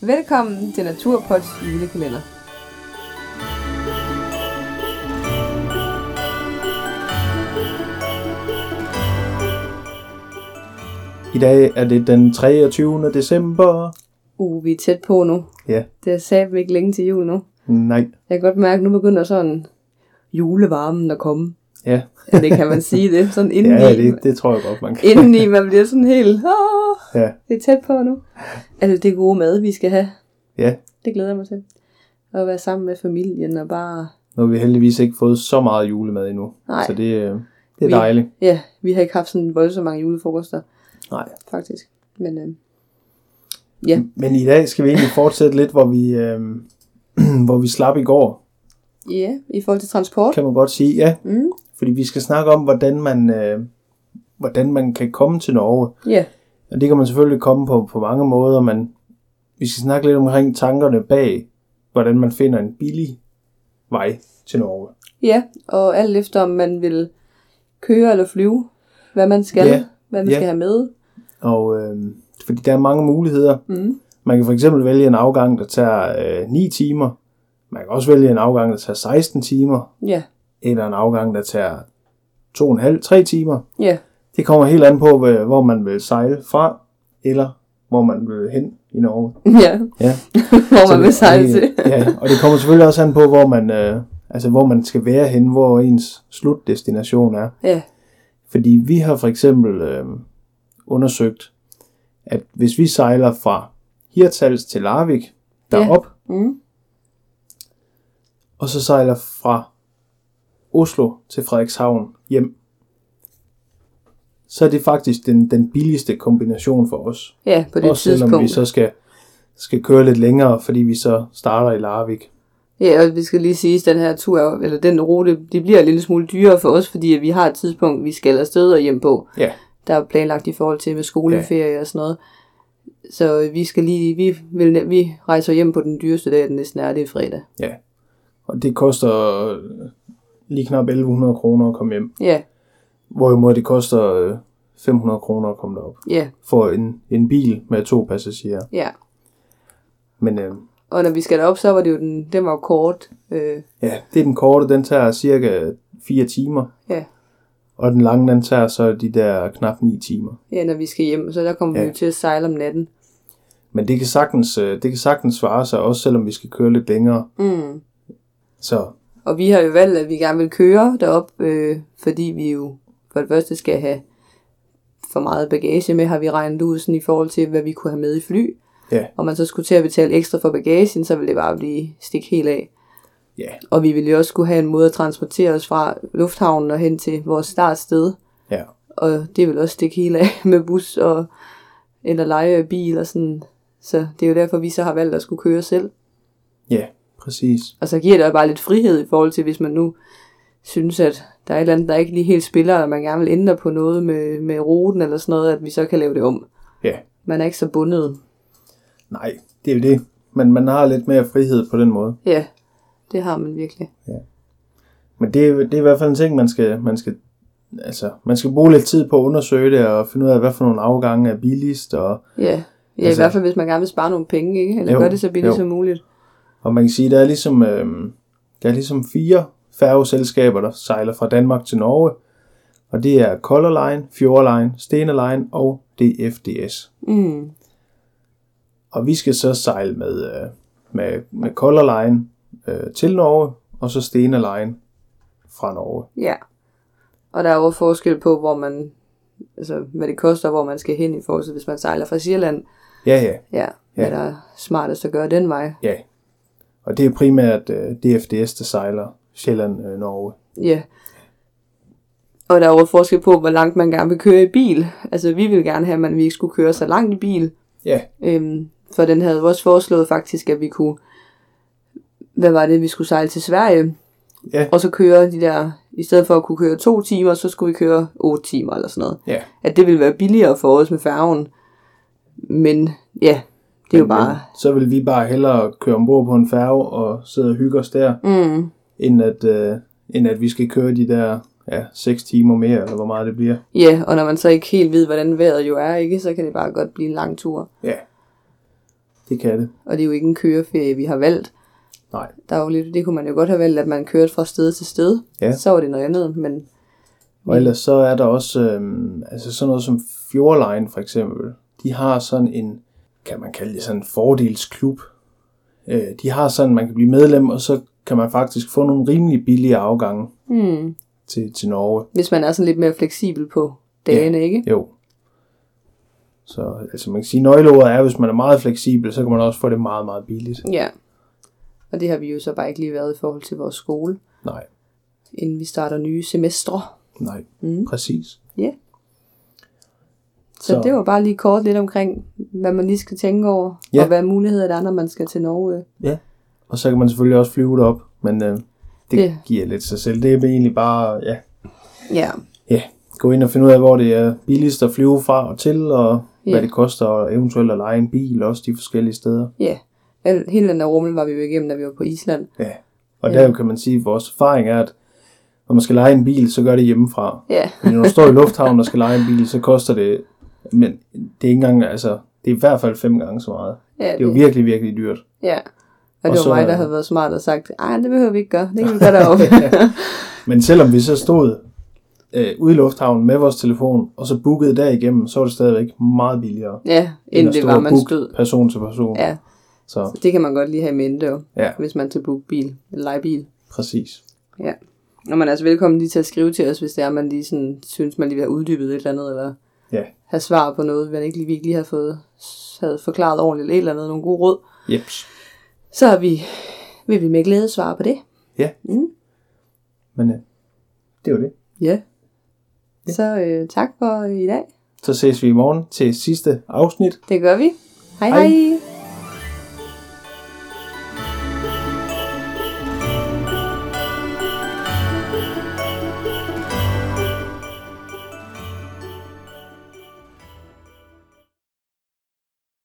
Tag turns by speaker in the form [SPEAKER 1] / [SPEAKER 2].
[SPEAKER 1] Velkommen til Naturpods julekalender.
[SPEAKER 2] I dag er det den 23. december.
[SPEAKER 1] Uh, vi er tæt på nu.
[SPEAKER 2] Ja.
[SPEAKER 1] Det er satme ikke længe til jul nu.
[SPEAKER 2] Nej,
[SPEAKER 1] Jeg kan godt mærke, at nu begynder sådan julevarmen at komme.
[SPEAKER 2] ja.
[SPEAKER 1] Ja, det kan man sige det. Sådan indeni.
[SPEAKER 2] Ja, det, det tror jeg godt, man kan.
[SPEAKER 1] Indeni, man bliver sådan helt... Åh,
[SPEAKER 2] Ja,
[SPEAKER 1] det er tæt på nu. Altså, det gode mad, vi skal have.
[SPEAKER 2] ja.
[SPEAKER 1] Det glæder jeg mig til. At være sammen med familien og bare...
[SPEAKER 2] Nu har vi heldigvis ikke fået så meget julemad endnu.
[SPEAKER 1] Nej.
[SPEAKER 2] Så det, øh, det er
[SPEAKER 1] Vi-
[SPEAKER 2] dejligt.
[SPEAKER 1] Ja, vi har ikke haft sådan voldsomt mange julefrokoster,
[SPEAKER 2] Nej.
[SPEAKER 1] faktisk. Men øh,
[SPEAKER 2] Men i dag skal vi egentlig fortsætte lidt, hvor vi, øh, hvor vi slap i går,
[SPEAKER 1] ja, i forhold til transport.
[SPEAKER 2] kan man godt sige. Ja,
[SPEAKER 1] Mm,
[SPEAKER 2] fordi vi skal snakke om, hvordan man, øh, hvordan man kan komme til Norge.
[SPEAKER 1] ja,
[SPEAKER 2] Og det kan man selvfølgelig komme på, på mange måder, men vi skal snakke lidt omkring tankerne bag, hvordan man finder en billig vej til Norge.
[SPEAKER 1] ja, og alt efter om man vil køre eller flyve, hvad man skal,
[SPEAKER 2] Ja,
[SPEAKER 1] hvad man
[SPEAKER 2] ja.
[SPEAKER 1] skal have med.
[SPEAKER 2] Og øh, fordi der er mange muligheder.
[SPEAKER 1] Mm,
[SPEAKER 2] Man kan for eksempel vælge en afgang, der tager øh, 9 timer. Man kan også vælge en afgang, der tager 16 timer.
[SPEAKER 1] ja,
[SPEAKER 2] Eller en afgang, der tager 2,5-3 timer.
[SPEAKER 1] ja,
[SPEAKER 2] Det kommer helt an på, hvor- hvor man vil sejle fra, eller hvor man vil hen i Norge.
[SPEAKER 1] ja,
[SPEAKER 2] Ja.
[SPEAKER 1] hvor
[SPEAKER 2] Så
[SPEAKER 1] man
[SPEAKER 2] det-
[SPEAKER 1] vil sejle
[SPEAKER 2] det-
[SPEAKER 1] til.
[SPEAKER 2] ja, og det kommer selvfølgelig også an på, hvor man, øh, altså, hvor man skal være hen, hvor ens slutdestination er.
[SPEAKER 1] Ja,
[SPEAKER 2] Fordi vi har for eksempel øh, undersøgt, at hvis vi sejler fra Hirtals til Larvik derop,
[SPEAKER 1] mm,
[SPEAKER 2] og så sejler fra Oslo til Frederikshavn hjem, så er det faktisk den, den billigste kombination for os.
[SPEAKER 1] ja på det
[SPEAKER 2] Også selvom vi
[SPEAKER 1] tidspunkt.
[SPEAKER 2] så skal, skal køre lidt længere, fordi vi så starter i Larvik.
[SPEAKER 1] Ja, og vi skal lige sige, at den her tur, er jo- eller den rute, det bliver en lille smule dyrere for os, fordi at vi har et tidspunkt, vi skal afsted og hjem på.
[SPEAKER 2] Ja,
[SPEAKER 1] der er planlagt i forhold til med skoleferie og sådan noget. Så vi skal lige, vi, vil, ne- vi rejser hjem på den dyreste dag, den næsten er, det er fredag.
[SPEAKER 2] ja. Og det koster øh, lige knap 1100 kroner at komme hjem.
[SPEAKER 1] Ja,
[SPEAKER 2] Hvorimod det koster øh, 500 kroner at komme derop.
[SPEAKER 1] ja,
[SPEAKER 2] for en, en bil med to passagerer.
[SPEAKER 1] ja.
[SPEAKER 2] Men øh,
[SPEAKER 1] Og når vi skal derop, så var det jo den, den var jo kort. Øh,
[SPEAKER 2] ja, det er den korte, den tager cirka 4 timer.
[SPEAKER 1] Ja.
[SPEAKER 2] Og den lange, den tager så de der knap 9 timer.
[SPEAKER 1] ja, når vi skal hjem, så der kommer ja. vi
[SPEAKER 2] Ja.
[SPEAKER 1] jo til at sejle om natten.
[SPEAKER 2] Men det kan sagtens, øh, det kan sagtens svare sig, også selvom vi skal køre lidt længere.
[SPEAKER 1] Mm.
[SPEAKER 2] Så
[SPEAKER 1] Og vi har jo valgt, at vi gerne vil køre derop, øh, fordi vi jo for det første skal have for meget bagage med, har vi regnet ud sådan i forhold til, hvad vi kunne have med i fly.
[SPEAKER 2] Ja.
[SPEAKER 1] Og man så skulle til at betale ekstra for bagagen, så ville det bare blive stik helt af.
[SPEAKER 2] ja,
[SPEAKER 1] Og vi ville jo også skulle have en måde at transportere os fra lufthavnen og hen til vores startsted.
[SPEAKER 2] ja.
[SPEAKER 1] Og det vil også stikke hele af med bus og, eller lege bil og sådan. Så det er jo derfor, vi så har valgt at skulle køre selv.
[SPEAKER 2] Ja, præcis.
[SPEAKER 1] Og så giver det jo bare lidt frihed i forhold til, hvis man nu synes, at der er et eller andet, der ikke lige helt spiller, og man gerne vil ændre på noget med, med ruten eller sådan noget, at vi så kan lave det om.
[SPEAKER 2] Ja,
[SPEAKER 1] Man er ikke så bundet.
[SPEAKER 2] nej, det er jo det. Men man har lidt mere frihed på den måde.
[SPEAKER 1] Ja, det har man virkelig.
[SPEAKER 2] Men det, er- det er i hvert fald en ting, man skal, man skal Altså, man skal bruge lidt tid på at undersøge det, og finde ud af, hvad for nogle afgange er billigst, og
[SPEAKER 1] Ja, ja altså, i
[SPEAKER 2] Altså-
[SPEAKER 1] hvert fald, hvis man gerne vil spare nogle penge, ikke? eller
[SPEAKER 2] Jo,
[SPEAKER 1] gøre det så billigt
[SPEAKER 2] jo.
[SPEAKER 1] som muligt.
[SPEAKER 2] Og man kan sige, der er ligesom, øh, der er ligesom fire færgeselskaber, der sejler fra Danmark til Norge. Og det er Color Line, Fjord Line, Stena Line og DFDS.
[SPEAKER 1] Mm.
[SPEAKER 2] Og vi skal så sejle med, øh, med, med Color Line øh, til Norge, og så Stena Line fra Norge.
[SPEAKER 1] Ja. Og der er jo forskel på, hvor man, altså, hvad det koster, og hvor man skal hen i forhold til, hvis man sejler fra Sjælland.
[SPEAKER 2] Ja, ja,
[SPEAKER 1] Ja, ja. hvad der er smartest at gøre den vej.
[SPEAKER 2] ja. Og det er primært øh, DFDS, der sejler Sjælland, øh, Norge.
[SPEAKER 1] Ja. Og der er jo forskel på, hvor langt man gerne vil køre i bil. Altså, vi ville gerne have, at vi ikke skulle køre så langt i bil.
[SPEAKER 2] Ja,
[SPEAKER 1] Øhm, for den havde jo også foreslået faktisk, at vi kunne, hvad var det, vi skulle sejle til Sverige.
[SPEAKER 2] Ja.
[SPEAKER 1] Og så køre de der, i stedet for at kunne køre to timer, så skulle vi køre otte timer eller sådan noget.
[SPEAKER 2] ja.
[SPEAKER 1] at det ville være billigere for os med færgen. Men ja, det er jo
[SPEAKER 2] Men, øh,
[SPEAKER 1] bare...
[SPEAKER 2] Så vil vi bare hellere køre ombord på en færge og sidde og hygge os der,
[SPEAKER 1] Mm,
[SPEAKER 2] end at, øh, end at vi skal køre de der ja, 6 timer mere, eller hvor meget det bliver.
[SPEAKER 1] ja, og når man så ikke helt ved, hvordan vejret jo er, ikke, så kan det bare godt blive en lang tur.
[SPEAKER 2] Ja. det kan det.
[SPEAKER 1] Og det er jo ikke en køreferie, vi har valgt.
[SPEAKER 2] Nej.
[SPEAKER 1] Der er jo lidt, det kunne man jo godt have valgt, at man kørte fra sted til sted.
[SPEAKER 2] Ja.
[SPEAKER 1] Så var det noget andet, men Mm.
[SPEAKER 2] Og ellers så er der også øhm, altså sådan noget som Fjordline for eksempel. De har sådan en, kan man kalde det sådan en fordelsklub. Øh, de har sådan, man kan blive medlem, og så kan man faktisk få nogle rimelig billige afgange
[SPEAKER 1] hmm,
[SPEAKER 2] til, til Norge.
[SPEAKER 1] hvis man er sådan lidt mere fleksibel på dagene, ja. ikke?
[SPEAKER 2] Jo. Så altså man kan sige, nøgleordet er, hvis man er meget fleksibel, så kan man også få det meget, meget billigt.
[SPEAKER 1] Ja. Og det har vi jo så bare ikke lige været i forhold til vores skole,
[SPEAKER 2] Nej,
[SPEAKER 1] inden vi starter nye semestre.
[SPEAKER 2] nej,
[SPEAKER 1] Mm.
[SPEAKER 2] præcis.
[SPEAKER 1] Ja. Så, så det var bare lige kort lidt omkring, hvad man lige skal tænke over,
[SPEAKER 2] Ja.
[SPEAKER 1] og hvad muligheder der er, når man skal til Norge.
[SPEAKER 2] Ja. Og så kan man selvfølgelig også flyve derop, men øh, det
[SPEAKER 1] Det-
[SPEAKER 2] giver lidt sig selv. Det er egentlig bare, ja,
[SPEAKER 1] Ja,
[SPEAKER 2] ja, gå ind og finde ud af, hvor det er billigst at flyve fra og til, og
[SPEAKER 1] Ja.
[SPEAKER 2] ja. hvad det koster og eventuelt at lege en bil også de forskellige steder.
[SPEAKER 1] ja. Al- Hele den der rummel var vi jo igennem, da vi var på Island.
[SPEAKER 2] Ja. Og ja. der kan man sige, at vores erfaring er, at når man skal lege en bil, så gør det hjemmefra.
[SPEAKER 1] Ja,
[SPEAKER 2] Men når du står i lufthavnen og skal lege en bil, så koster det, men det er ikke engang, altså, det er i hvert fald fem gange så meget.
[SPEAKER 1] ja
[SPEAKER 2] Det er jo virkelig, virkelig dyrt.
[SPEAKER 1] ja. Og,
[SPEAKER 2] Og
[SPEAKER 1] det var
[SPEAKER 2] så-
[SPEAKER 1] mig, der havde været smart og sagt, nej, det behøver vi ikke gøre, det kan vi gøre deroppe.
[SPEAKER 2] Men selvom vi så stod øh, ude i lufthavnen med vores telefon, og så bookede derigennem, så var det stadigvæk meget billigere.
[SPEAKER 1] ja,
[SPEAKER 2] end
[SPEAKER 1] inden
[SPEAKER 2] at
[SPEAKER 1] det
[SPEAKER 2] stå
[SPEAKER 1] var,
[SPEAKER 2] og
[SPEAKER 1] man
[SPEAKER 2] booke
[SPEAKER 1] stod.
[SPEAKER 2] person til person.
[SPEAKER 1] Ja,
[SPEAKER 2] Så
[SPEAKER 1] så det kan man godt lige have i mente, jo,
[SPEAKER 2] ja,
[SPEAKER 1] hvis man til book bil, eller legebil.
[SPEAKER 2] præcis.
[SPEAKER 1] Ja. Og man er altså velkommen lige til at skrive til os, hvis det er, man lige sådan, synes, man lige vil have uddybet et eller andet, eller
[SPEAKER 2] Ja,
[SPEAKER 1] have svar på noget, man ikke lige virkelig havde fået havde forklaret ordentligt, eller et eller andet, nogle gode råd,
[SPEAKER 2] jeps.
[SPEAKER 1] så er vi, vil vi med glæde svare på det.
[SPEAKER 2] Ja.
[SPEAKER 1] Mm.
[SPEAKER 2] Men øh, det var det.
[SPEAKER 1] Ja. Så øh, tak for i dag.
[SPEAKER 2] Så ses vi i morgen til sidste afsnit.
[SPEAKER 1] Det gør vi. Hej
[SPEAKER 2] Hej.
[SPEAKER 1] hej. hej.